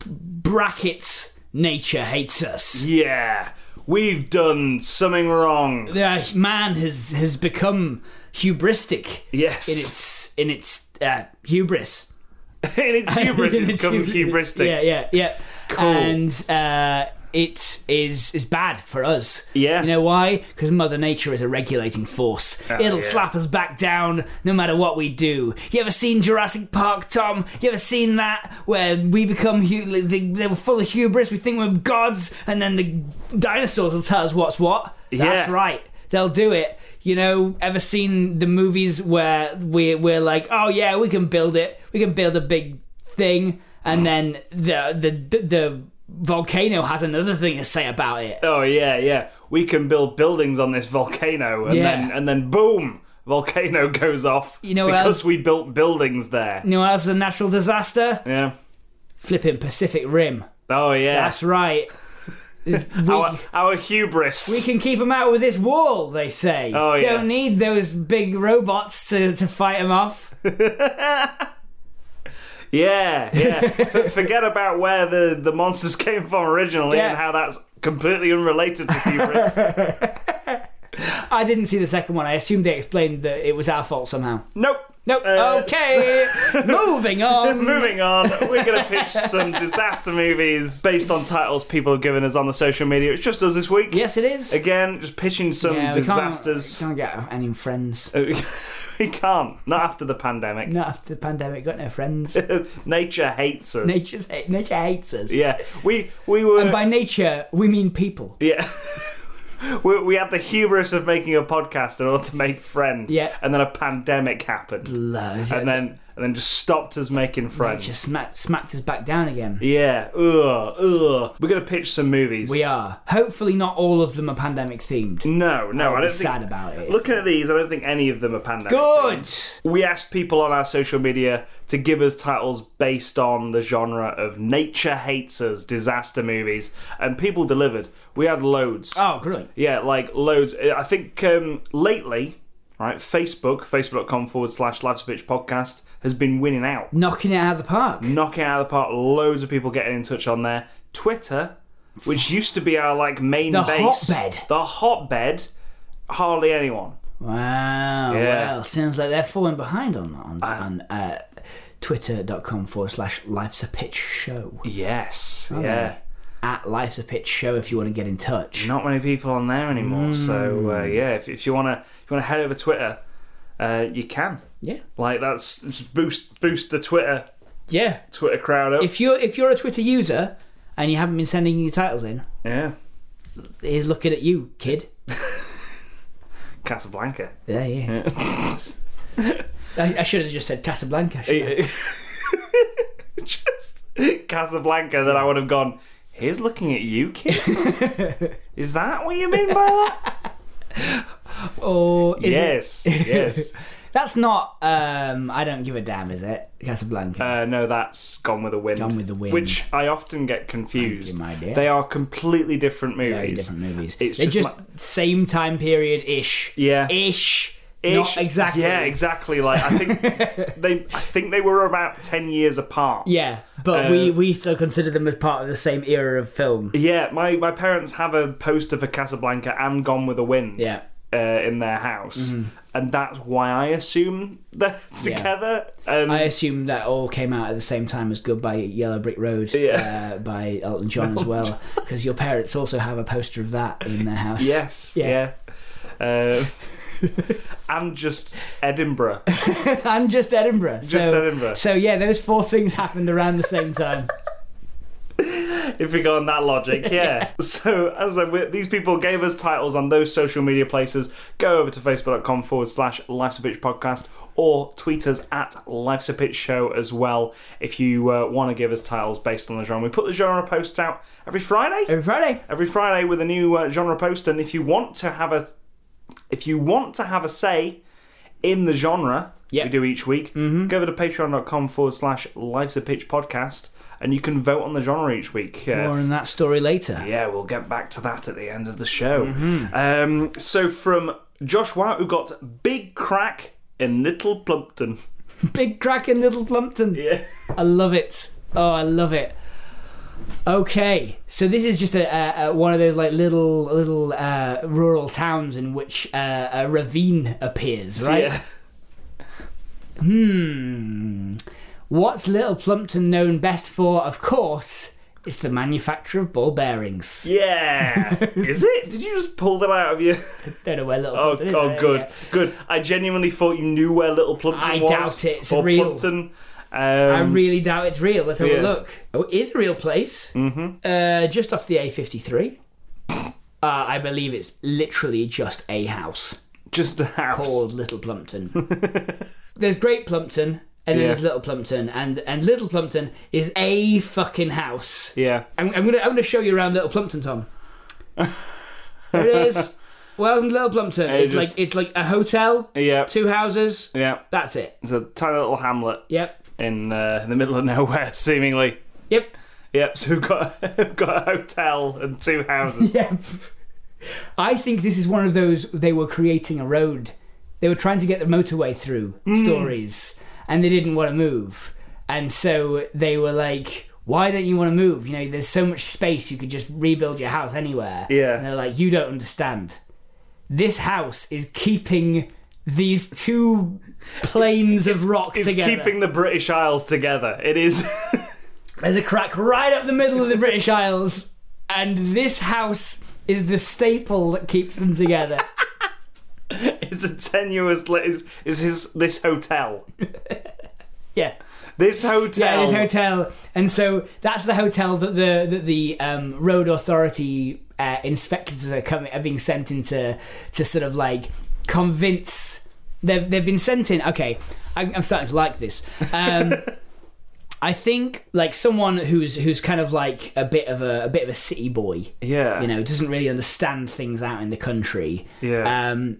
b- brackets nature hates us Yeah, we've done something wrong. the man has has become hubristic Yes. in its in its uh, hubris and it's hubris, In it's its become hubris. hubristic. yeah yeah yeah Cool. and uh it is is bad for us. Yeah. Ah, you know why? Because Mother Nature is a regulating force. It'll yeah. slap us back down no matter what we do. You ever seen Jurassic Park, Tom? You ever seen that where we become hu- like, they, they were full of hubris? We think we're gods, and then the dinosaurs will tell us what's what. That's Yeah. right. They'll do it. You know, ever seen the movies where we we're like, oh yeah, we can build it. We can build a big thing, and then the the the, the volcano has another thing to say about it. Oh yeah, yeah. We can build buildings on this volcano, and Yeah. then and then boom, volcano goes off. You know what because else- we built buildings there. You know, what else is a natural disaster. Yeah. Flipping Pacific Rim. Oh yeah. That's right. we, our, our hubris. we can keep them out with this wall, they say. Oh, yeah. Don't need those big robots to, to fight them off. Yeah, yeah. F- Forget about where the the monsters came from originally Yeah. and how that's completely unrelated to hubris. I didn't see the second one. I assumed they explained that it was our fault somehow. nope. Nope. Uh, okay. Moving on. Moving on, we're going to pitch some disaster movies based on titles people have given us on the social media. It's just us this week. Yes, it is. Again, just pitching some Yeah, we can't- disasters. Can't, get any friends. Uh, we can't. Not after the pandemic. Not after the pandemic. Got no friends. nature hates us. Nature's hate, nature hates us. Yeah, we we were. And by nature, we mean people. yeah. We, we had the hubris of making a podcast in order to make friends, Yeah. and then a pandemic happened, Love. and then and then just stopped us making friends. just smacked, smacked us back down again. Yeah, ugh, ugh. We're gonna pitch some movies. We are. Hopefully, not all of them are pandemic themed. No, no, I I'd don't be think. sad about it. Looking at these, I don't think any of them are pandemic. Good. We asked people on our social media to give us titles based on the genre of nature hates us disaster movies, and people delivered. We had loads. Oh, great. Yeah, like loads. I think um, lately, right, Facebook, facebook.com forward slash Life's a Bitch podcast, has been winning out. Knocking it out of the park. Knocking it out of the park, loads of people getting in touch on there. Twitter, which used to be our like main The base, hotbed. the hotbed, hardly anyone. Wow. Yeah. Well, sounds like they're falling behind on on, on uh, twitter.com forward slash life's a pitch show. Yes, yeah. At life's a pitch show if you want to get in touch. Not many people on there anymore. So Hmm. uh, yeah, if, if you wanna if you wanna head over Twitter, uh, you can. Yeah. Like that's just boost boost the Twitter Yeah. Twitter crowd up. If you're if you're a Twitter user and you haven't been sending your titles in, yeah, here's looking at you, kid. Casablanca. Yeah, yeah. I, I should have just said Casablanca. shouldn't I? just Casablanca that I would have gone. Here's looking at you, kid. Is that what you mean by that? Or is it? yes, yes. That's not. Um, I don't give a damn. Is it Casablanca? Uh, no, that's Gone with the Wind. Gone with the Wind. Which I often get confused. Thank you, my dear. They are completely different movies. Very different movies. It's They're just just, same time period ish. Yeah. Ish. Ish- Not exactly. Yeah, exactly. Like I think they, I think they were about ten years apart. Yeah, but Uh, we we still consider them as part of the same era of film. Yeah, my, my parents have a poster for Casablanca and Gone with the Wind Yeah. uh, in their house, and that's why I assume they're together. Um, I assume that all came out at the same time as Goodbye Yellow Brick Road Yeah. Oh uh, by Elton John as well, because your parents also have a poster of that in their house. yes, yeah. Um, and just Edinburgh. and just Edinburgh. Just so, Edinburgh. So yeah, those four things happened around the same time. If if we go on that logic, yeah. So, as I said, these people gave us titles on those social media places. Go over to facebook.com forward slash Life's a Bitch podcast or tweet us at Life's a Bitch show as well if you uh, want to give us titles based on the genre. We put the genre posts out every Friday. Every Friday. Every Friday with a new uh, genre post, and if you want to have a if you want to have a say in the genre Yeah. Mm-hmm. we do each week, go over to patreon.com forward slash life's a pitch podcast and you can vote on the genre each week. Uh, More on that story later. yeah, we'll get back to that at the end of the show. Mm-hmm. Um, so from Josh White, we've got Big Crack in Little Plumpton. Big crack in Little Plumpton. Yeah. I love it. Oh, I love it. Okay, so this is just a, a, a one of those like little little uh, rural towns in which uh, a ravine appears, right? Yeah. Hmm. What's Little Plumpton known best for? Of course, it's the manufacture of ball bearings. Yeah. Is it? Did you just pull that out of you? Don't know where Little Oh, Plumpton is. oh but good, yeah. good. I genuinely thought you knew where Little Plumpton I was. doubt it. It's or real. Plumpton. Um, I really doubt it's real. Let's have Yeah. a look. Oh, it is a real place. Mm-hmm. Uh, just off the A53. Uh, I believe it's literally just a house just a house. called Little Plumpton. there's Great Plumpton, and then Yeah. there's Little Plumpton, and and Little Plumpton is a fucking house. Yeah. I'm, I'm gonna I'm gonna show you around Little Plumpton, Tom. there it is. Welcome to Little Plumpton. Hey, it's just- like it's like a hotel, Yeah. two houses. Yeah. That's it. It's a tiny little hamlet Yep. in uh, in the middle of nowhere, seemingly. Yep. Yep. So we've got we've got a hotel and two houses. Yep. I think this is one of those they were creating a road. They were trying to get the motorway through Hmm. stories and they didn't want to move. And so they were like, why don't you want to move? You know, there's so much space you could just rebuild your house anywhere. Yeah. And they're like, you don't understand. This house is keeping these two planes of rock It's together. keeping the British Isles together. It is. There's a crack right up the middle of the British Isles, and this house is the staple that keeps them together. It's a tenuous. li- Is is his this hotel? Yeah. This hotel. Yeah, this hotel, and so that's the hotel that the that the um, road authority uh, inspectors are coming are being sent in to, to sort of like convince. They've they've been sent in. Okay, I, I'm starting to like this. Um, I think like someone who's who's kind of like a bit of a, a bit of a city boy. Yeah. you know doesn't really understand things out in the country Yeah. um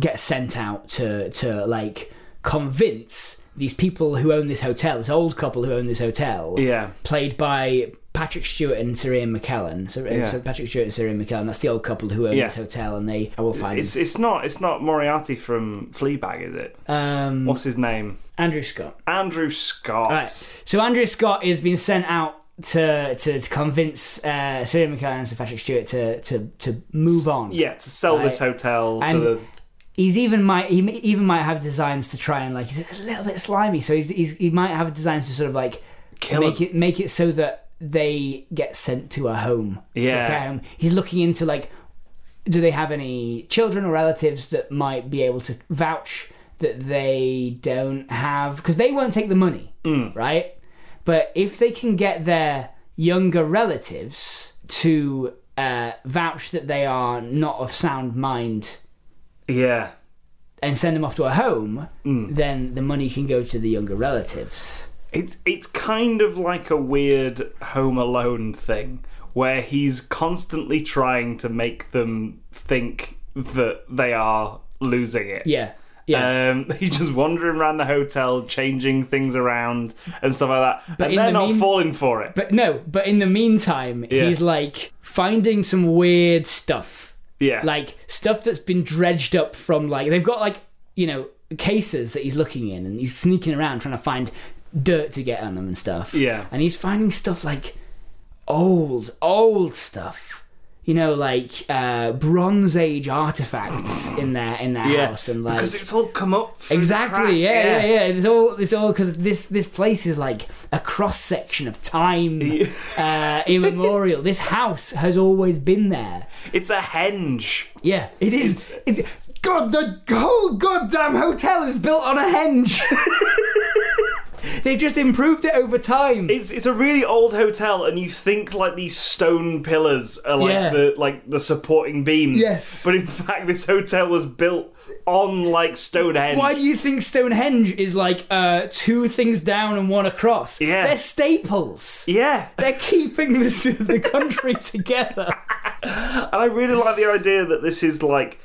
get sent out to to like convince these people who own this hotel this old couple who own this hotel Yeah. played by Patrick Stewart and Sir Ian McKellen. So, uh, Yeah. so Patrick Stewart and Sir Ian McKellen. That's the old couple who own Yeah. this hotel, and they I will find It's it's not it's not Moriarty from Fleabag, is it? um, What's his name? Andrew Scott. Andrew Scott. Right. So Andrew Scott has been sent out to to, to convince uh, Sir Ian McKellen and Sir Patrick Stewart to to to move on. Yeah, to sell this Right. hotel to And- the he's even might he m- even might have designs to try and like he's a little bit slimy, so he's, he's he might have designs to sort of like Kill make him. it make it so that they get sent to a home. to a Yeah. care home. He's looking into like, do they have any children or relatives that might be able to vouch that they don't have because they won't take the money, Mm. right? But if they can get their younger relatives to uh, vouch that they are not of sound mind yeah. and send them off to a home, Mm. then the money can go to the younger relatives. It's it's kind of like a weird Home Alone thing where he's constantly trying to make them think that they are losing it. Yeah. Yeah. Um, he's just wandering around the hotel, changing things around and stuff like that, But and in they're the not mean- falling for it. but no, but in the meantime, he's like finding some weird stuff. yeah, Like stuff that's been dredged up from like they've got like, you know, cases that he's looking in and he's sneaking around trying to find dirt to get on them and stuff. Yeah. And he's finding stuff like old, old stuff. You know, like uh, Bronze Age artifacts in their in their yeah, house and like because it's all come up through the crack, Exactly. Yeah, yeah, yeah. It's all it's all because this this place is like a cross section of time, uh, immemorial. this house has always been there. It's a henge. Yeah, it is. It, God, the whole goddamn hotel is built on a henge. They've just improved it over time. It's it's a really old hotel, and you think like these stone pillars are like Yeah. the like the supporting beams. Yes. but in fact, this hotel was built on like Stonehenge. Why do you think Stonehenge is like uh, two things down and one across? Yeah. They're staples. yeah, They're keeping the, the country together. and I really like the idea that this is like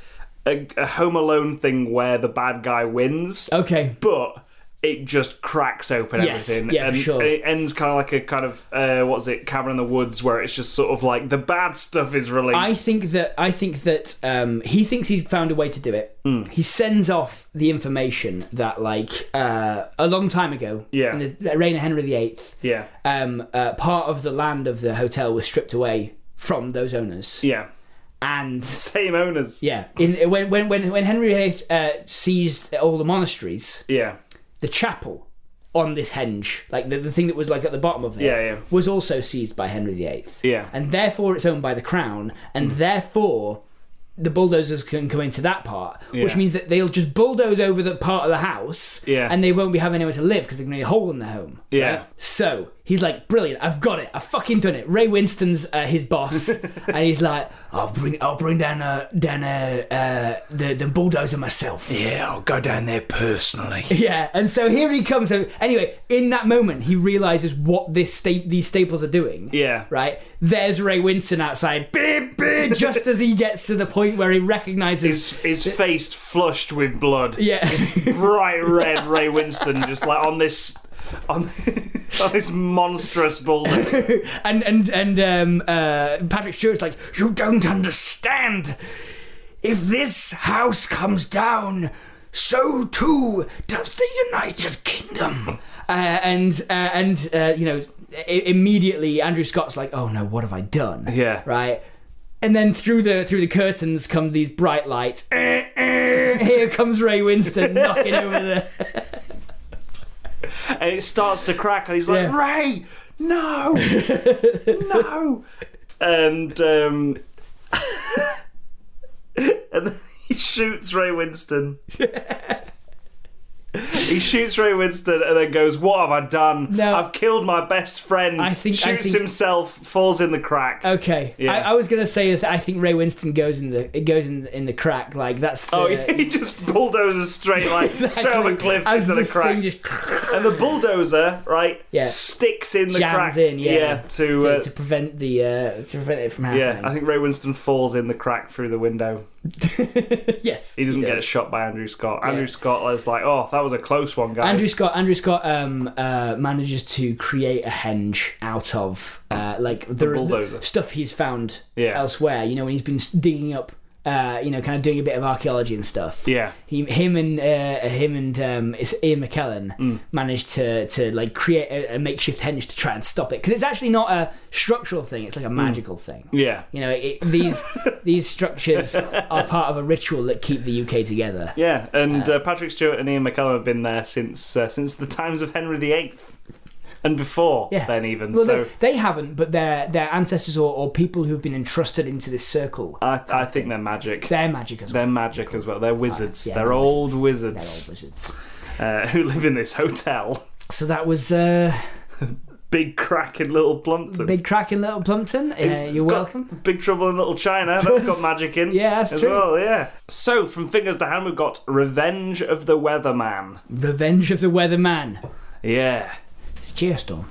a, a Home Alone thing where the bad guy wins, Okay. but it just cracks open Oh. Yes, everything. yeah, for and, sure. and it ends kind of like a kind of uh, what's it, Cabin in the Woods, where it's just sort of like the bad stuff is released. I think that I think that um, he thinks he's found a way to do it. Hmm. He sends off the information that like uh, a long time ago, Yeah. in the uh, reign of Henry VIII, yeah, um, uh, part of the land of the hotel was stripped away from those owners, yeah, and same owners. yeah, in when when when when Henry VIII uh, seized all the monasteries, yeah. the chapel on this henge, like the, the thing that was like at the bottom of it, Yeah, yeah. was also seized by Henry VIII. Yeah. And therefore it's owned by the crown, Hmm. and therefore the bulldozers can come into that part, which Yeah. means that they'll just bulldoze over the part of the house, Yeah. and they won't be having anywhere to live because they're going to be a hole in their home. Yeah. So he's like, "Brilliant! I've got it! I've fucking done it!" Ray Winston's uh, his boss, and he's like, "I'll bring, I'll bring down a down a uh, the the bulldozer myself." Yeah, I'll go down there personally. Yeah, and so here he comes. So Anyway, in that moment, he realizes what this sta- these staples are doing. Yeah. Right. There's Ray Winston outside. Beep, beep, just as he gets to the point where he recognizes. His, his face flushed with blood. yeah. Bright red Ray Winston just like on this on, on this monstrous building. and and and um, uh, Patrick Stewart's like, you don't understand. If this house comes down, so too does the United Kingdom. Uh, and uh, and uh, you know, I- immediately Andrew Scott's like, oh no, what have I done? Yeah. right. And then through the through the curtains come these bright lights. Eh, eh, Here comes Ray Winston knocking over the. And it starts to crack and he's like, Yeah. Ray, no, no. And um and then he shoots Ray Winston. He shoots Ray Winston and then goes, "What have I done? No. I've killed my best friend." I think- I shoots think- himself, falls in the crack. Okay, Yeah. I, I was gonna say that I think Ray Winston goes in the it goes in in the crack like that's the, Oh, he just bulldozes straight like straight off a cliff as into the this crack, thing just and the bulldozer right Yeah. sticks in the jams crack. in yeah, to, to, uh, to prevent the uh, to prevent it from yeah. happening. I think Ray Winston falls in the crack through the window. yes, He doesn't get does. shot by Andrew Scott. Andrew Scott is like, oh, that was a close one, guys. Andrew Scott Andrew Scott um, uh, manages to create a henge out of uh, like the, bulldozer. stuff he's found Yeah. elsewhere. You know when he's been digging up, uh, you know, kind of doing a bit of archaeology and stuff. yeah, He, him and uh, him and um, it's Ian McKellen Mm. managed to to like create a, a makeshift henge to try and stop it because it's actually not a structural thing; it's like a Mm. magical thing. yeah, You know, it, these these structures are part of a ritual that keep the UK together. yeah. And uh, Patrick Stewart and Ian McKellen have been there since uh, since the times of Henry VIII, and before Yeah. then even. Well, so they, they haven't, but their their ancestors or, or people who've been entrusted into this circle, I, I think they're magic. they're magic as well. They're magic as well. They're wizards. yeah, they're, they're old They're wizards old wizards. uh, who live in this hotel. So that was uh, Big crack in Little Plumpton. Big Crack in Little Plumpton. Uh, It's- it's you're got welcome. Big Trouble in Little China. That's got magic in. Yeah, that's as true. well. Yeah. So from fingers to hand, we've got Revenge of the Weatherman. Revenge of the Weatherman. Yeah. It's Geostorm.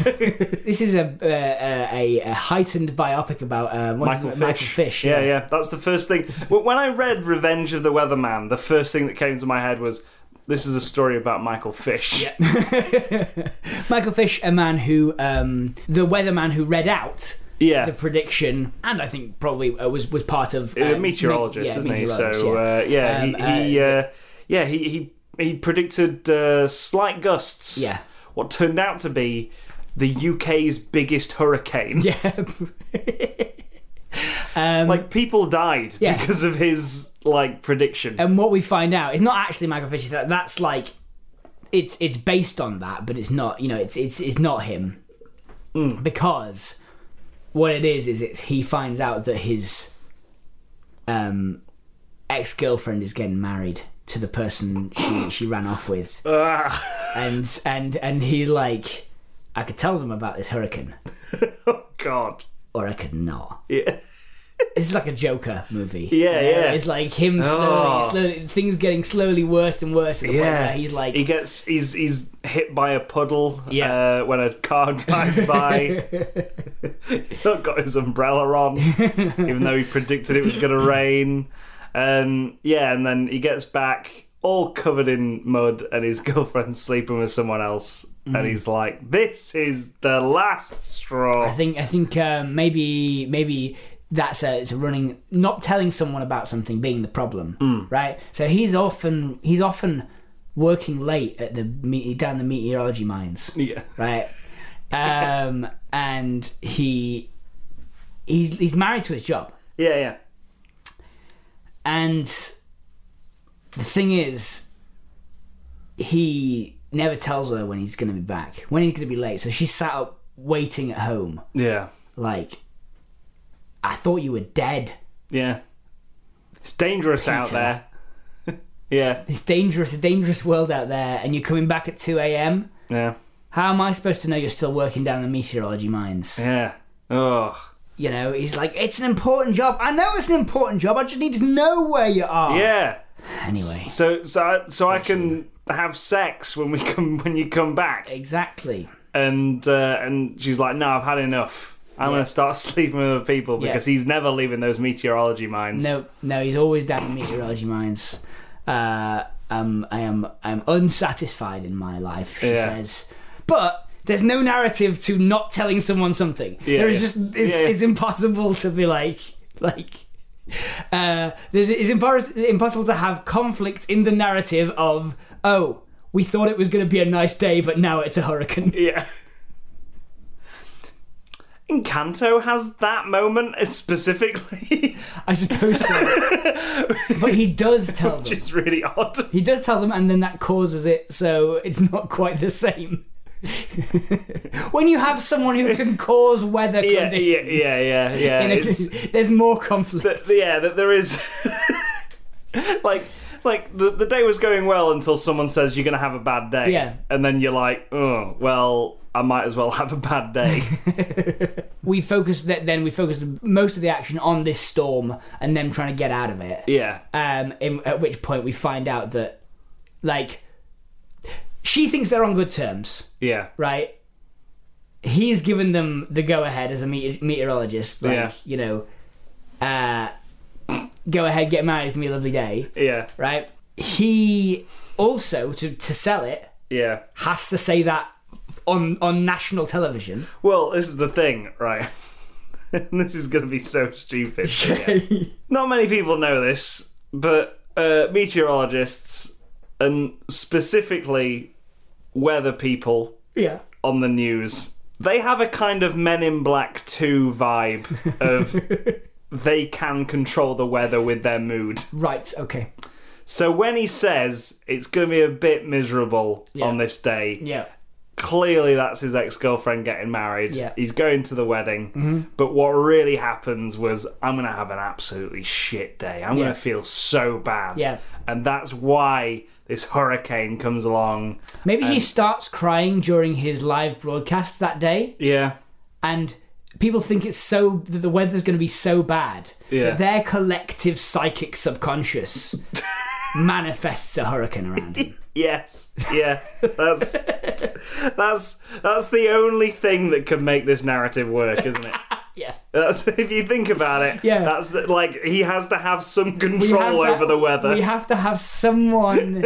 this is a, uh, a a heightened biopic about uh, what is Michael it? Fish. Michael Fish. Yeah, yeah. That's the first thing. Wh- when I read Revenge of the Weatherman, the first thing that came to my head was. This is a story about Michael Fish. Yeah. Michael Fish, a man who um, the weatherman who read out Yeah. the prediction, and I think probably uh, was was part of He's a um, meteorologist, yeah, isn't he? meteorologist, So yeah. uh, yeah, Um, he, he uh, uh, yeah he he he predicted uh, slight gusts. Yeah. what turned out to be the UK's biggest hurricane. yeah. uh, um, Like people died Yeah. because of his like prediction. and what we find out is not actually Michael Fish. it's That that's like it's it's based on that, but it's not. You know, it's it's it's not him Hmm. because what it is is it's he finds out that his um ex girlfriend is getting married. to the person she she ran off with, Ah. and and and he like, I could tell them about this hurricane, oh God. or I could not. Yeah. It's like a Joker movie. Yeah, yeah. It's like him slowly, Oh. slowly, things getting slowly worse and worse. At the point where he's like, he gets he's he's hit by a puddle Yeah. uh, when a car drives by. He's not got his umbrella on, even though he predicted it was going to rain. And yeah, and then he gets back all covered in mud, and his girlfriend's sleeping with someone else, and he's like, "This is the last straw." Mm. I think I think uh, maybe maybe that's a, it's a running not telling someone about something being the problem, Hmm. right? So he's often he's often working late at the me- down the meteorology mines, yeah. right? um, and he he's he's married to his job, Yeah, yeah. and the thing is, he never tells her when he's going to be back, when he's going to be late. So she's sat up waiting at home Yeah. like I thought you were dead. Yeah. It's dangerous out Peter. there. yeah. It's dangerous, a dangerous world out there, and you're coming back at 2 a.m. Yeah. How am I supposed to know you're still working down the meteorology mines? Yeah. Oh. You know, he's like, it's an important job. I know it's an important job. I just need to know where you are. Yeah. Anyway, So so I, so I can have sex when we come when you come back. exactly. And uh, and she's like, "No, I've had enough. I'm going to start sleeping with other people Yeah. because he's never leaving those meteorology mines." No, no, he's always down in meteorology mines. Uh, um, I am, I am unsatisfied in my life. She Yeah. says, but there's no narrative to not telling someone something. Yeah, there is yeah. just it's, Yeah, yeah. it's impossible to be like like. Uh, there's, it's impor- impossible to have conflict in the narrative of oh we thought it was going to be a nice day but now it's a hurricane Yeah. Encanto has that moment specifically, i suppose so but he does tell them which is really odd. He does tell them, and then that causes it, so it's not quite the same. when you have someone who can cause weather Yeah, yeah, conditions, yeah, yeah, yeah. in a- It's- there's more conflict. that yeah that there is like like the, the day was going well until someone says you're gonna have a bad day Yeah. and then you're like oh well i might as well have a bad day we focus th- then we focus most of the action on this storm and them trying to get out of it. yeah Um, in, at which point we find out that, like, she thinks they're on good terms. yeah right? He's given them the go ahead as a meteor- meteorologist, like Yeah. you know, uh, go ahead, get married, it's gonna be a lovely day, yeah right? He also to to sell it yeah has to say that on on national television. well this is the thing right this is gonna be so stupid yeah. not many people know this but uh, meteorologists and specifically weather people yeah. on the news. They have a kind of Men in Black 2 vibe of they can control the weather with their mood. Right. Okay. So when he says it's going to be a bit miserable on this day, Yeah. clearly that's his ex girlfriend getting married. Yeah. Mm-hmm. He's going to the wedding. But what really happens was I'm going to have an absolutely shit day. I'm Yeah. going to feel so bad. Yeah. And that's why this hurricane comes along. Maybe Um, he starts crying during his live broadcast that day. Yeah. and people think it's so that the weather's going to be so bad Yeah. that their collective psychic subconscious manifests a hurricane around him. Yes. Yeah. That's that's that's the only thing that can make this narrative work, isn't it? Yeah. That's if you think about it. Yeah. That's the, like he has to have some control over the weather. We have to have someone.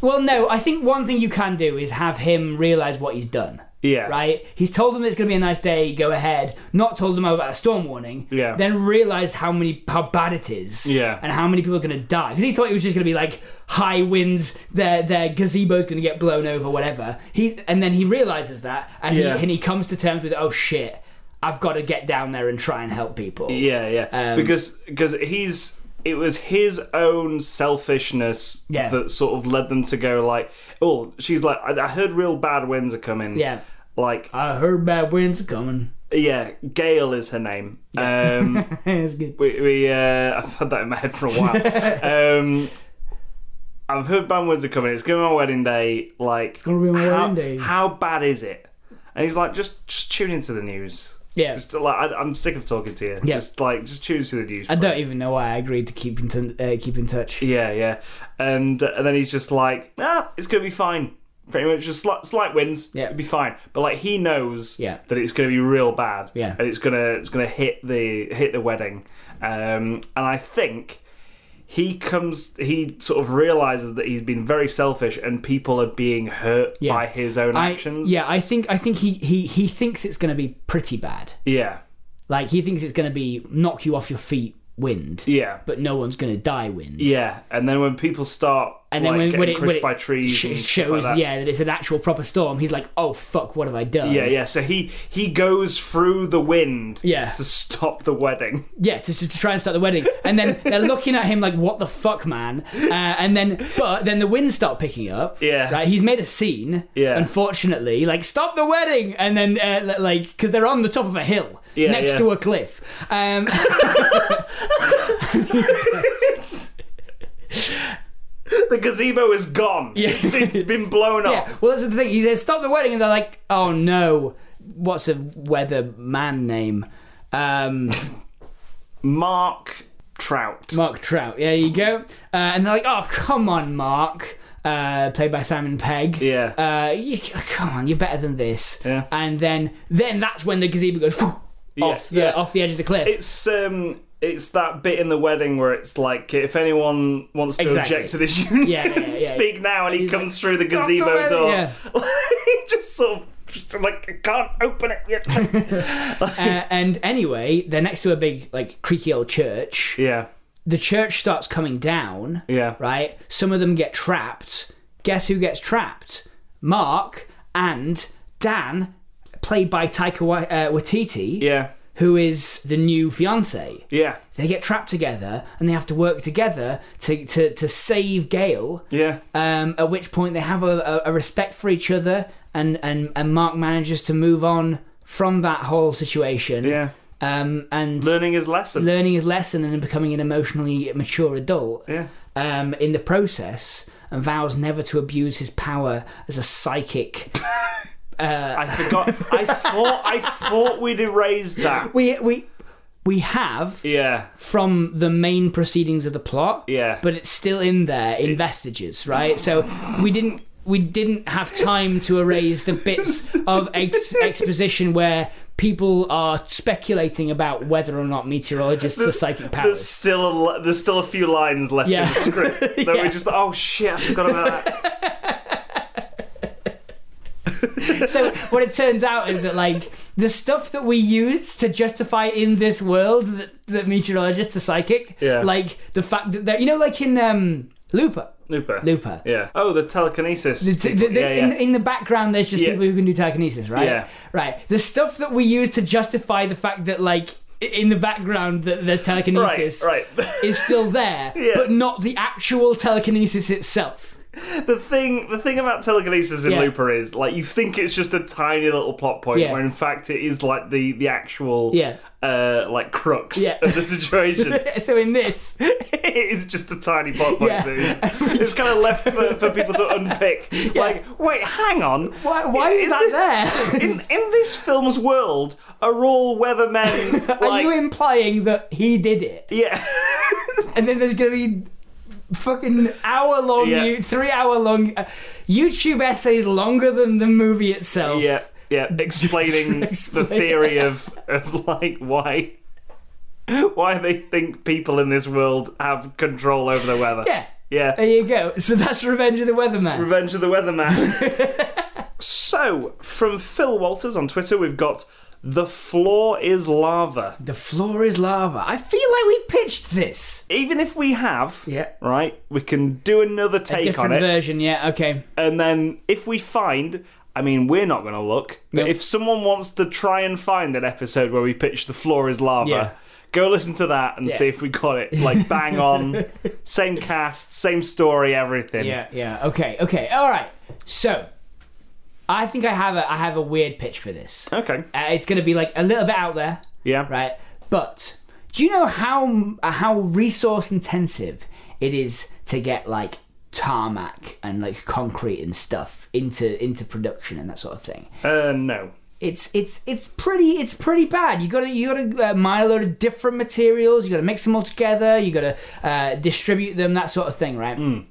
well, no, I think one thing you can do is have him realize what he's done. yeah. Right? He's told them it's going to be a nice day, go ahead. Not told them about a storm warning. Yeah. Then realized how many how bad it is. Yeah. And how many people are going to die because he thought it was just going to be like high winds, their their gazebo's going to get blown over, whatever. He and then he realizes that and Yeah. he and he comes to terms with oh shit, I've got to get down there and try and help people. Yeah. Yeah. Um, because because he's it was his own selfishness Yeah. that sort of led them to go like, oh, she's like, I, I heard real bad winds are coming. Yeah. Like, I heard bad winds are coming. yeah, Gail is her name. Um, That's good. we, we uh, I've had that in my head for a while. um, I've heard bad words are coming. It's going to be my wedding day. Like it's gonna be my how, wedding day. How bad is it? And he's like, just just tune into the news. Yeah. Just like I, I'm sick of talking to you. Yeah. Just like just tune into the news. I don't even know why I agreed to keep in t- uh, keep in touch. Yeah, yeah. And uh, and then he's just like, ah, it's gonna be fine. Pretty much just slight, slight wins, Yeah. it'll be fine. But like he knows Yeah. that it's gonna be real bad, Yeah. and it's gonna it's gonna hit the hit the wedding. Um, and I think he comes, he sort of realizes that he's been very selfish, and people are being hurt Yeah. by his own I, actions. yeah, I think I think he, he, he thinks it's going to be pretty bad. yeah, Like he thinks it's going to be knock you off your feet, wind. yeah. But no one's going to die, wind. Yeah, and then when people start And like, then when, getting when it, when crushed it by trees, sh- and stuff shows, like that. yeah, that it's an actual proper storm, he's like, "Oh fuck, what have I done?" Yeah, yeah. So he he goes through the wind Yeah. to stop the wedding. Yeah, to, to try and start the wedding, and then they're looking at him like, "What the fuck, man?" Uh, and then, but then the winds start picking up. Yeah. right. He's made a scene. Yeah. unfortunately, like stop the wedding, and then uh, li- like because they're on the top of a hill Yeah, next yeah. to a cliff. Um, The gazebo is gone. Yeah. It's- it's been blown yeah, up. well, that's the thing. He says, "Stop the wedding," and they're like, "Oh no, what's a weather man name?" Um, Mark Trout. Mark Trout. Yeah, you go. Uh, and they're like, "Oh, come on, Mark." Uh, played by Simon Pegg. Yeah. Uh, you, come on, you're better than this. Yeah. And then, then that's when the gazebo goes whoosh, off the yeah. off the edge of the cliff. it's um it's that bit in the wedding where it's like if anyone wants to Exactly. object to this union, Yeah, yeah, yeah, yeah. speak now and he He's comes like, through the "Stop the gazebo wedding," door. yeah. he just sort of just like I can't open it yet. uh, and anyway, they're next to a big like creaky old church. yeah. The church starts coming down. Yeah. Right. Some of them get trapped. Guess who gets trapped? Mark and Dan, played by Taika Wa- uh, Waititi. Yeah. who is the new fiance. Yeah. They get trapped together and they have to work together to, to, to save Gail. Yeah. Um, at which point they have a, a, a respect for each other, and, and, and Mark manages to move on from that whole situation. Yeah. Um, and Learning his lesson. learning his lesson and becoming an emotionally mature adult yeah. um, in the process, and vows never to abuse his power as a psychic. I forgot. I thought. I thought we'd erased that. we, we, we have Yeah. from the main proceedings of the plot. Yeah. But it's still in there in vestiges, right? So we didn't we didn't have time to erase the bits of ex- exposition where people are speculating about whether or not meteorologists are psychic There's powers. still a, li- there's still a few lines left Yeah. in the script that we Yeah. we just oh shit I forgot about that. So what it turns out is that like the stuff that we used to justify in this world that, that meteorologists are psychic, Yeah. like the fact that they're, you know, like in um, Looper, Looper. Looper, Yeah. Oh, the telekinesis. The- people. the- the- yeah, yeah. In, in the background, there's just Yeah. people who can do telekinesis, right? Yeah. Right. The stuff that we use to justify the fact that, like, i- in the background, that there's telekinesis right. Right. is still there, Yeah. but not the actual telekinesis itself. the thing the thing about telekinesis in Yeah. Looper is like you think it's just a tiny little plot point Yeah. where in fact it is like the the actual Yeah. uh like crux Yeah. of the situation. So in this, it is just a tiny plot point. Yeah. dude. It's kind of left for, for people to unpick. Like, wait, hang on. why, why is In that there? thi- In, in this film's world, are all weathermen like? Are you implying that he did it? yeah, And then there's gonna be fucking hour long, Yeah. three hour long uh, YouTube essays longer than the movie itself. yeah, yeah. Explaining Explain- the theory of of like why why they think people in this world have control over the weather. Yeah. yeah. There you go. So that's Revenge of the Weatherman. Revenge of the Weatherman. so, from Phil Walters on Twitter, we've got the floor is lava. the floor is lava. I feel like we pitched this. Even if we have, Yeah. right, we can do another take on Different it, version, yeah, okay. and then if we find. I mean, we're not going to look, but No. if someone wants to try and find an episode where we pitch the floor is lava, Yeah. go listen to that and Yeah. see if we got it. Like, bang on. same cast, same story, everything. yeah, okay, okay. All right. So, I think I have a I have a weird pitch for this. Okay. Uh, it's going to be like a little bit out there, Yeah. right? But do you know how uh, how resource intensive it is to get like tarmac and like concrete and stuff into into production and that sort of thing. Uh, no. It's it's it's pretty it's pretty bad. You got to you got to uh, mine a load of different materials. You got to mix them all together. You got to uh, distribute them. That sort of thing, right?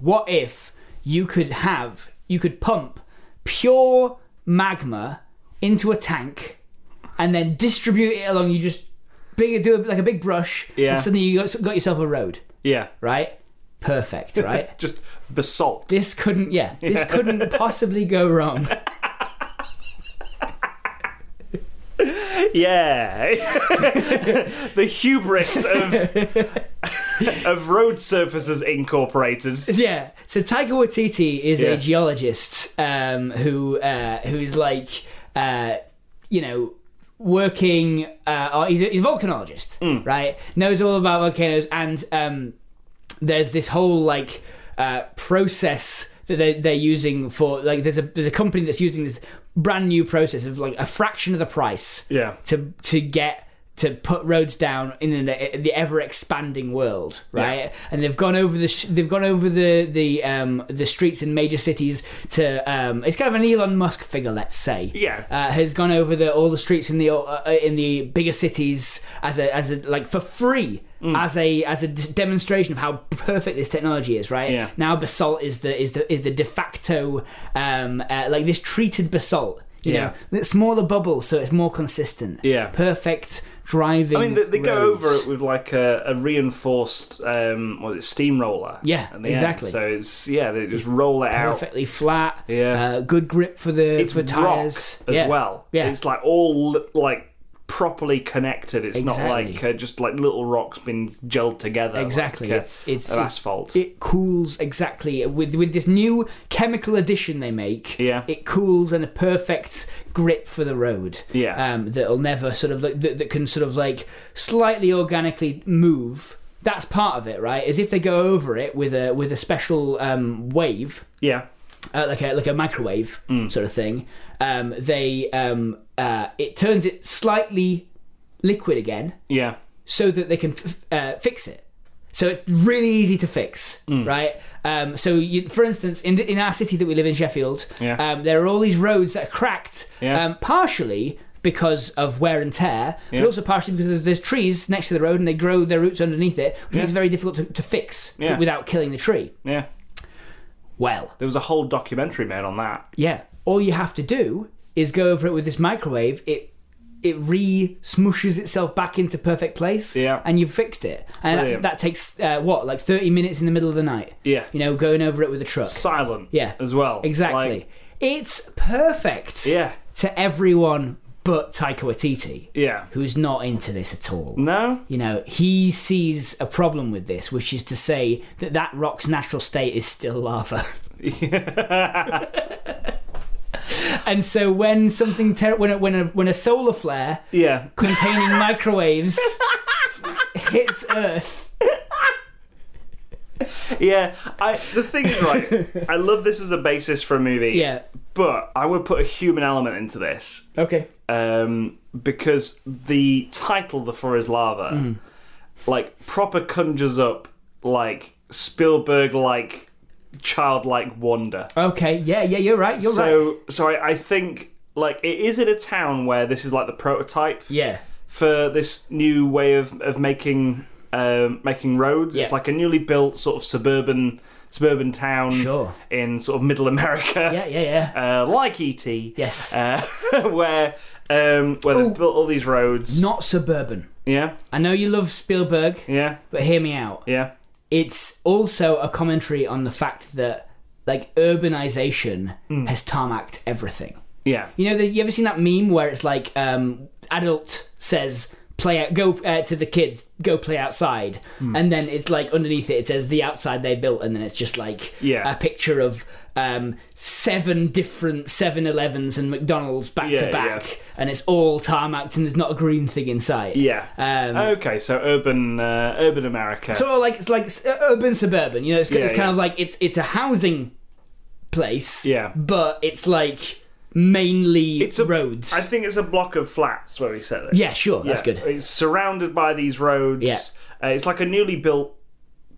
What if you could have you could pump pure magma into a tank and then distribute it along? You just big do a, like a big brush. Yeah. And suddenly you got, got yourself a road, Yeah. right? Perfect, right? Just basalt. this couldn't yeah this couldn't possibly go wrong Yeah. the hubris of of road surfaces incorporated. yeah so taika waititi is Yeah. a geologist um who uh who is like uh you know working uh oh, he's a, he's a volcanologist right knows all about volcanoes and um there's this whole like uh, process that they, they're using for like there's a there's a company that's using this brand new process of like a fraction of the price Yeah. to to get to put roads down in e, the, the ever expanding world right and they've gone over the sh- they've gone over the the um the streets in major cities to um it's kind of an Elon Musk figure let's say Yeah. uh, has gone over the all the streets in the uh, in the bigger cities as a as a like for free Mm. as a as a d- demonstration of how perfect this technology is. Right Yeah. now, basalt is the is the is the de facto um, uh, like this treated basalt. You Yeah. know, it's smaller bubbles, so it's more consistent. Yeah. perfect driving. I mean, they, they go roads. over it with like a, a reinforced, um, what is it, steamroller? Yeah, at the end. exactly. So it's yeah, they just roll it out. perfectly flat. Yeah. uh, good grip for the It's for rock tires as Yeah. well. Yeah. it's like all like properly connected. It's not Exactly. like uh, just like little rocks being gelled together. like, Exactly. uh, It's- it's- of it- asphalt. it cools exactly with with this new chemical addition they make. Yeah. it cools and a perfect grip for the road. Yeah. um, that'll never sort of like that, that can sort of like slightly organically move. That's part of it, right? Is if they go over it with a with a special um, wave, yeah, uh, like a like a microwave Mm. sort of thing. Um, they um, uh, it turns it slightly liquid again yeah, so that they can f- uh, fix it. So it's really easy to fix, Mm. right? Um, so, you, for instance, in the, in our city that we live in, Sheffield, Yeah. um, there are all these roads that are cracked, Yeah. um, partially because of wear and tear, Yeah. but also partially because there's, there's trees next to the road and they grow their roots underneath it, which makes it very difficult to, to fix Yeah. without killing the tree. yeah. Well, There was a whole documentary made on that. yeah. All you have to do is go over it with this microwave. It it re smushes itself back into perfect place. Yeah. And you've fixed it. And Brilliant. that, that takes uh, what like thirty minutes in the middle of the night. Yeah. You know, going over it with a truck. Silent. Yeah. as well. exactly. Like, it's perfect. yeah, To everyone but Taika Waititi, yeah. who's not into this at all. No. You know, he sees a problem with this, which is to say that that rock's natural state is still lava. and so when something ter- when a, when a when a solar flare Yeah. containing microwaves hits Earth, Yeah, I the thing is right. I love this as a basis for a movie. yeah, but I would put a human element into this okay, um, because the title, "The Fur Is Lava," Mm. like proper conjures up like Spielberg like childlike wonder. okay, yeah, yeah, you're Oh, right, you're right, so, so I, I think like it is in a town where this is like the prototype yeah, for this new way of of making um, making roads. It's Yeah. like a newly built sort of suburban suburban town Sure. in sort of middle America, yeah, yeah, yeah, uh, like ET. yes, Uh, where um, where they built all these roads. not suburban. yeah, I know you love Spielberg, yeah, but hear me out. yeah, it's also a commentary on the fact that like urbanization has tarmacked everything. yeah, You know, the, you ever seen that meme where it's like um, adult says play out, go uh, to the kids, go play outside, Hmm. and then it's like underneath it it says the outside they built, and then it's just like Yeah. a picture of um, seven different 7-Elevens and McDonald's back Yeah, to yeah. back, and it's all tarmacked and there's not a green thing inside. yeah. Um, okay, so urban uh, urban America. sort of like it's like s- urban suburban. You know, it's, Yeah, it's kind yeah. of like it's it's a housing place. Yeah. but it's like mainly It's a- roads. I think it's a block of flats where we set it. yeah, sure, that's Yeah, good. It's surrounded by these roads. Yeah. Uh, it's like a newly built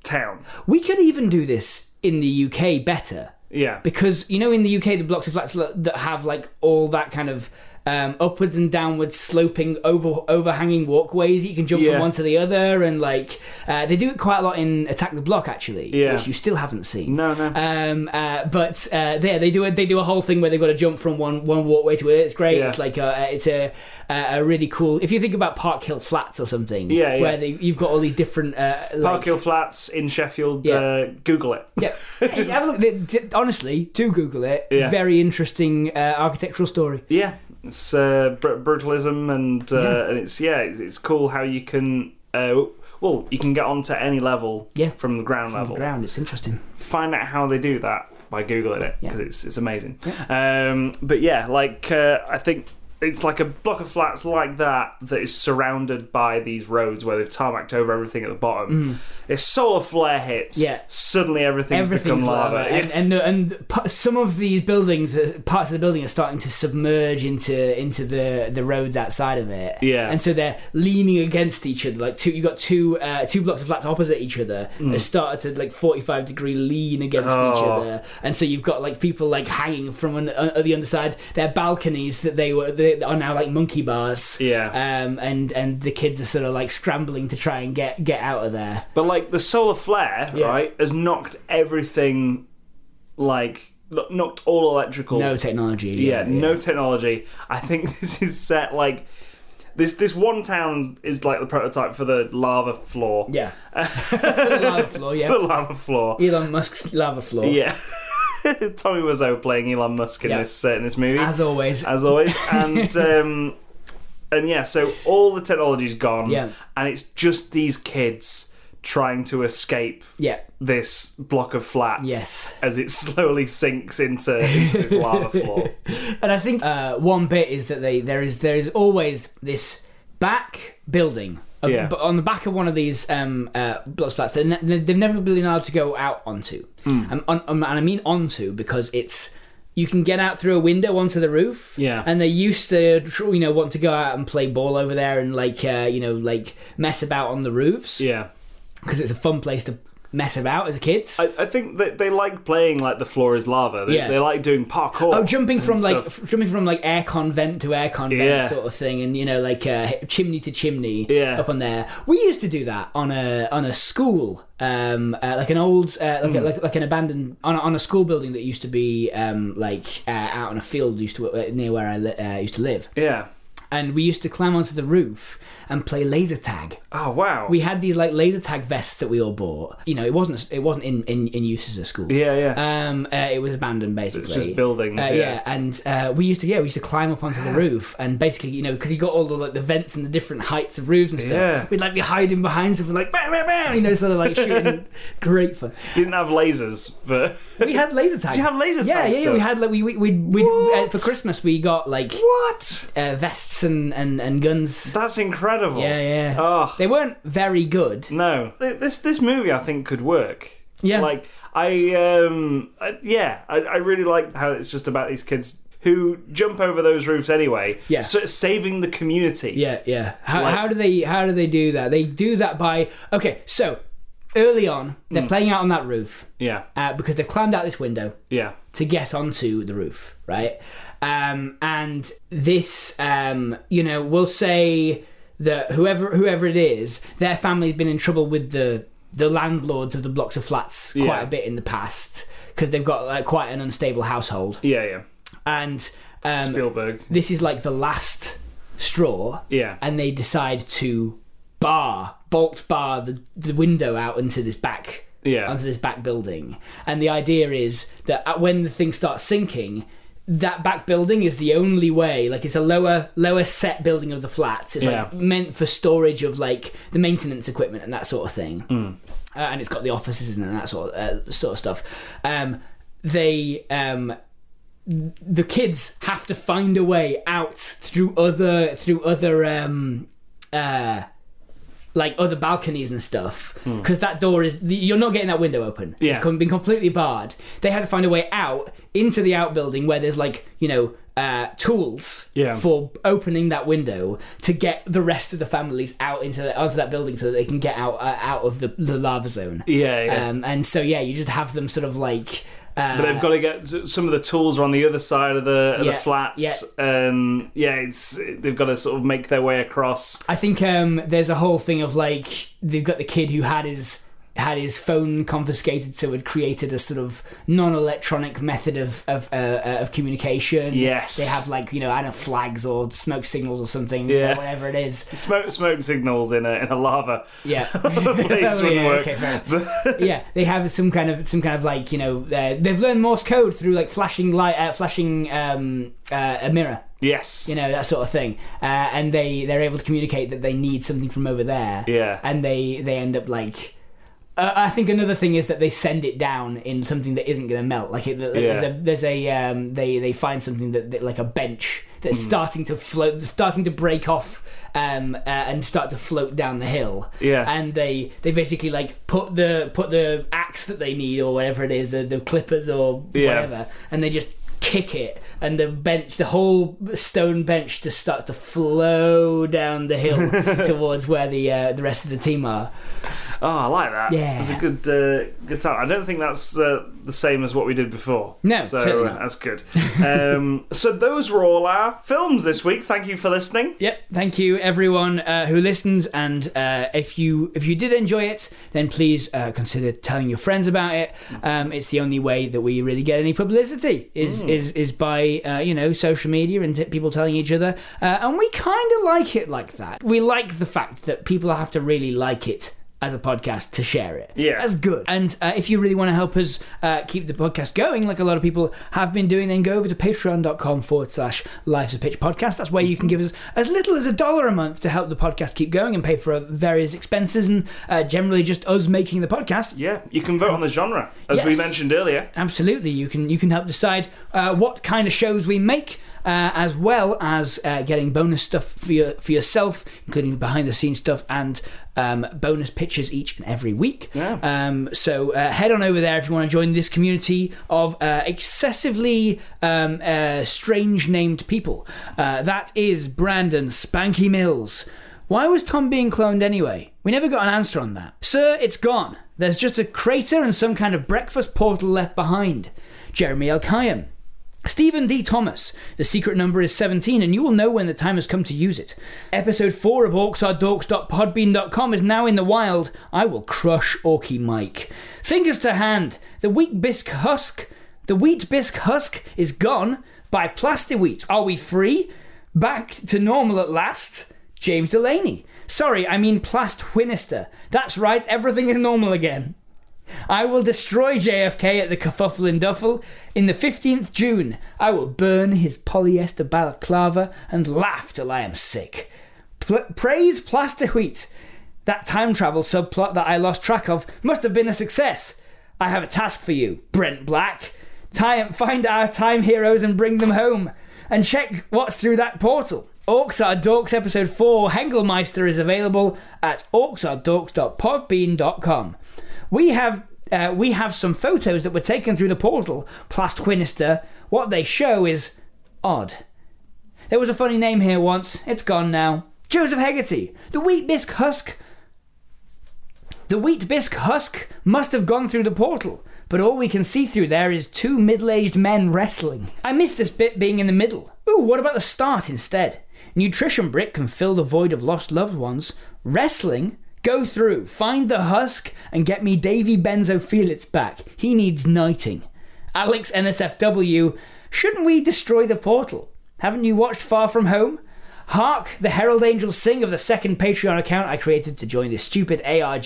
town. We could even do this in the UK better Yeah. because you know in the UK the blocks of flats lo- that have like all that kind of um, upwards and downwards sloping over overhanging walkways that you can jump Yeah. from one to the other and like uh, they do it quite a lot in Attack the Block actually Yeah. which you still haven't seen No, no. um, uh, but uh, there they do a, they do a whole thing where they've got to jump from one one walkway to another it's great Yeah. it's like a, it's a a really cool if you think about Park Hill Flats or something Yeah, yeah. where they, you've got all these different uh, Park like, Hill Flats in Sheffield. Yeah. Uh, Google it. yeah, Hey, have a look. They- d- honestly, do Google it. Yeah. Very interesting uh, architectural story. Yeah, it's uh, br- brutalism, and uh, and it's yeah, it's, it's cool how you can uh, well, you can get onto any level Yeah. from the ground On the level. ground, it's interesting. Find out how they do that by googling it Yeah. because it's it's amazing. Um, but yeah, like uh, I think. It's like a block of flats like that that is surrounded by these roads where they've tarmacked over everything at the bottom. If solar flare hits, Mm. Yeah. suddenly everything's, Everything's become lava, lava. and and, the, and p- some of these buildings, uh, parts of the building are starting to submerge into into the the roads outside of it. Yeah. and so they're leaning against each other. Like two, you got two uh, two blocks of flats opposite each other. They started to like forty five degree lean against each Mm. Oh. other, and so you've got like people like hanging from an, uh, the underside. Their balconies that they were they are now like monkey bars. Yeah. um, and and the kids are sort of like scrambling to try and get get out of there. But like the solar flare, Yeah. right, has knocked everything, like kn- knocked all electrical. No technology. yeah, no technology. I think this is set like this. This one town is like the prototype for the lava floor. Yeah. lava floor, the yeah. lava floor. Elon Musk's lava floor. Yeah. Tommy Wiseau playing Elon Musk in Yeah. this uh, in this movie, As always. as always, and um, and yeah, so all the technology's gone, Yeah. and it's just these kids trying to escape yeah. this block of flats Yes. as it slowly sinks into, into this lava floor. And I think uh, one bit is that they there is there is always this back building. Of, Yeah. but on the back of one of these um, uh, blood splats, they're ne- they've never been allowed to go out onto. Hmm. Um, on, um, and I mean onto because it's you can get out through a window onto the roof. Yeah. And they used to you know want to go out and play ball over there and like uh, you know like mess about on the roofs Yeah. because it's a fun place to mess about as kids. I, I think that they like playing like the floor is lava. They, Yeah. they like doing parkour. Oh, jumping and from like stuff. f- jumping from like aircon vent to aircon vent Yeah. sort of thing, and you know like uh, chimney to chimney Yeah. up on there. We used to do that on a on a school, um, uh, like an old uh, like, a, Hmm. like like an abandoned on a, on a school building that used to be um, like uh, out on a field used to uh, near where I li- uh, used to live, Yeah. and we used to climb onto the roof and play laser tag. Oh wow. We had these like laser tag vests that we all bought. You know, it wasn't it wasn't in in, in use as a school. yeah, yeah. Um, uh, it was abandoned basically. just buildings, Uh, yeah. and uh, we used to yeah we used to climb up onto the roof and basically you know because you got all the like the vents and the different heights of roofs and stuff. Yeah. We'd like be hiding behind something like bam bam bam you know sort of like shooting. Great fun. you didn't have lasers, but We had laser tag. Did you have laser Yeah tag yeah yeah. We stuff? had like we we we we uh, What? for Christmas we got like what? uh, vests and and and guns. That's incredible. Yeah yeah. Oh. They weren't very good. No, Th- this this movie I think could work. Yeah. like I um I, yeah I, I really like how it's just about these kids who jump over those roofs anyway. Yeah. so, saving the community. Yeah, yeah. How, Like- how do they how do they do that? They do that by okay. So early on, they're Hmm. playing out on that roof yeah, uh, because they've climbed out this window yeah, to get onto the roof, right? Um, and this, um, you know, we'll say that whoever whoever it is, their family's been in trouble with the the landlords of the blocks of flats quite Yeah. a bit in the past because they've got like quite an unstable household yeah, yeah. and. Um, Spielberg. this is like the last straw. Yeah. And they decide to bar, bolt bar the, the window out into this back Yeah. onto this back building. And the idea is that at- when the thing starts sinking, that back building is the only way. Like it's a lower lower set building of the flats. It's like Yeah. meant for storage of like the maintenance equipment and that sort of thing. Hmm. Uh, and it's got the offices in it and that sort of uh, sort of stuff. Um, they um, the kids have to find a way out through other through other um uh like other balconies and stuff because that door is the, you're not getting that window open Hmm. Yeah. it's com- been completely barred they had to find a way out into the outbuilding where there's like you know uh, tools Yeah. for opening that window to get the rest of the families out into the, onto that building so that they can get out uh, out of the, the lava zone. Yeah, yeah. Um, and so yeah, you just have them sort of like. Uh, but they've got to get s- some of the tools are on the other side of the of Yeah, the flats. yeah. Um, yeah, it's they've got to sort of make their way across. I think um, there's a whole thing of like they've got the kid who had his had his phone confiscated, so had created a sort of non-electronic method of of, uh, uh, of communication. Yes. they have like you know I don't know flags or smoke signals or something Yeah. or whatever it is. Smoke smoke signals in a in a lava Yeah. place Oh, wouldn't yeah, work. okay, fair enough. yeah, they have some kind of some kind of like you know uh, they've learned Morse code through like flashing light, uh, flashing um, uh, a mirror, yes. you know that sort of thing, uh, and they they're able to communicate that they need something from over there. Yeah. and they they end up like. Uh, I think another thing is that they send it down in something that isn't going to melt. Like it, there's Yeah. a there's a um, they they find something that, that like a bench that's Hmm. starting to float, starting to break off. Um, uh, and start to float down the hill. Yeah. and they they basically like put the put the axe that they need or whatever it is, the, the clippers or Yeah. whatever, and they just kick it, and the bench, the whole stone bench, just starts to flow down the hill towards where the uh, the rest of the team are. Oh, I like that. Yeah. it's a good uh, good time. I don't think that's uh, the same as what we did before. No, so certainly uh, not. that's good. Um, so those were all our films this week. Thank you for listening. Yep. Thank you, everyone uh, who listens. And uh, if you if you did enjoy it, then please uh, consider telling your friends about it. Um, it's the only way that we really get any publicity is is is by uh, you know social media and t- people telling each other. Uh, and we kind of like it like that. We like the fact that people have to really like it. As a podcast to share it, Yeah. that's good. And uh, if you really want to help us uh, keep the podcast going, like a lot of people have been doing, then go over to patreon.com forward slash life's a pitch podcast. That's where you can give us as little as a dollar a month to help the podcast keep going and pay for uh, various expenses and uh, generally just us making the podcast. Yeah, you can vote on the genre as we Yes. mentioned earlier. Absolutely, you can you can help decide uh, what kind of shows we make, uh, as well as uh, getting bonus stuff for your, for yourself, including behind the scenes stuff and um, bonus pictures each and every week. Yeah. Um, so uh, head on over there if you want to join this community of uh, excessively um, uh, strange named people. Uh, that is Brandon Spanky Mills. Why was Tom being cloned anyway? We never got an answer on that. Sir, it's gone. There's just a crater and some kind of breakfast portal left behind. Jeremy L. Kayam. Stephen D. Thomas. The secret number is 17, and you will know when the time has come to use it. Episode 4 of orcsardorks.podbean.com is now in the wild. I will crush Orky Mike. Fingers to hand. The wheat bisque husk. The wheat bisque husk is gone by Plastiwheat. Are we free? Back to normal at last? James Delaney. Sorry, I mean Plast Winister. That's right, everything is normal again. I will destroy JFK at the Kerfuffle in Duffel in the 15th June. I will burn his polyester balaclava and laugh till I am sick. Pl- praise Plaster Wheat. That time travel subplot that I lost track of must have been a success. I have a task for you, Brent Black. Time, find our time heroes and bring them home. And check what's through that portal. Orcs Are Dorks episode 4 Hengelmeister is available at orcsaredorks.podbean.com. We have uh, we have some photos that were taken through the portal, Plastquinister. What they show is odd. There was a funny name here once. It's gone now. Joseph Hegarty, the wheat bisque husk. The wheat bisque husk must have gone through the portal, but all we can see through there is two middle-aged men wrestling. I miss this bit being in the middle. Ooh, what about the start instead? Nutrition brick can fill the void of lost loved ones. Wrestling. Go through, find the husk, and get me Davy Benzo Felix back. He needs knighting. Alex NSFW, shouldn't we destroy the portal? Haven't you watched Far From Home? Hark, the Herald Angels sing of the second Patreon account I created to join this stupid ARG.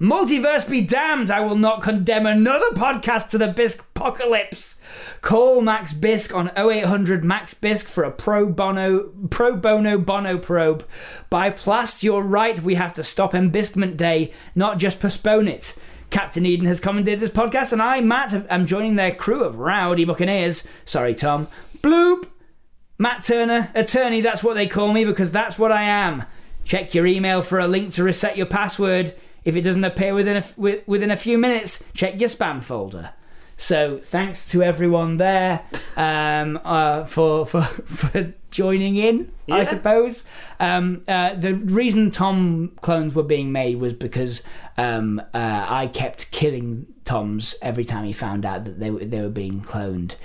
Multiverse be damned, I will not condemn another podcast to the Bisque apocalypse. Call Max Bisque on 0800 Max Bisque for a pro bono, pro bono bono probe. By Plast, you're right, we have to stop Embiscment Day, not just postpone it. Captain Eden has commented this podcast, and I, Matt, am joining their crew of rowdy buccaneers. Sorry, Tom. Bloop! Matt Turner, attorney, that's what they call me because that's what I am. Check your email for a link to reset your password. If it doesn't appear within a, wi- within a few minutes, check your spam folder. So thanks to everyone there um, uh, for for for joining in. I Yeah. suppose um, uh, the reason Tom clones were being made was because um, uh, I kept killing Toms every time he found out that they were they were being cloned,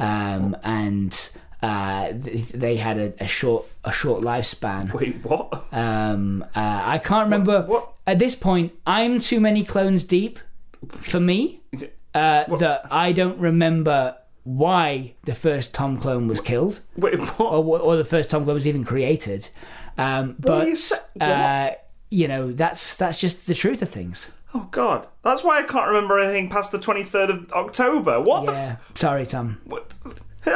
um, and uh, th- they had a, a short a short lifespan. Wait, what? Um, uh, I can't remember. what- At this point, I'm too many clones deep for me uh, that I don't remember why the first Tom clone was killed Wait, what? or, wh- or the first Tom clone was even created. Um, but you sa- uh, you know, that's that's just the truth of things. Oh God, that's why I can't remember anything past the twenty third of October. What Yeah. Sorry, Tom. the?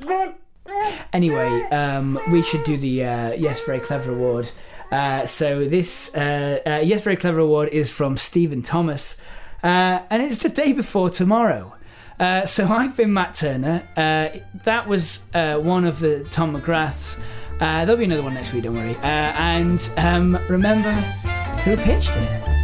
F- Anyway, um, we should do the uh, Yes Very Clever Award. Uh, so this uh, uh, Yes Very Clever Award is from Stephen Thomas, uh, and it's the day before tomorrow. Uh, so I've been Matt Turner. Uh, that was uh, one of the Tom McGraths. Uh, there'll be another one next week, don't worry. Uh, and um, remember who pitched it.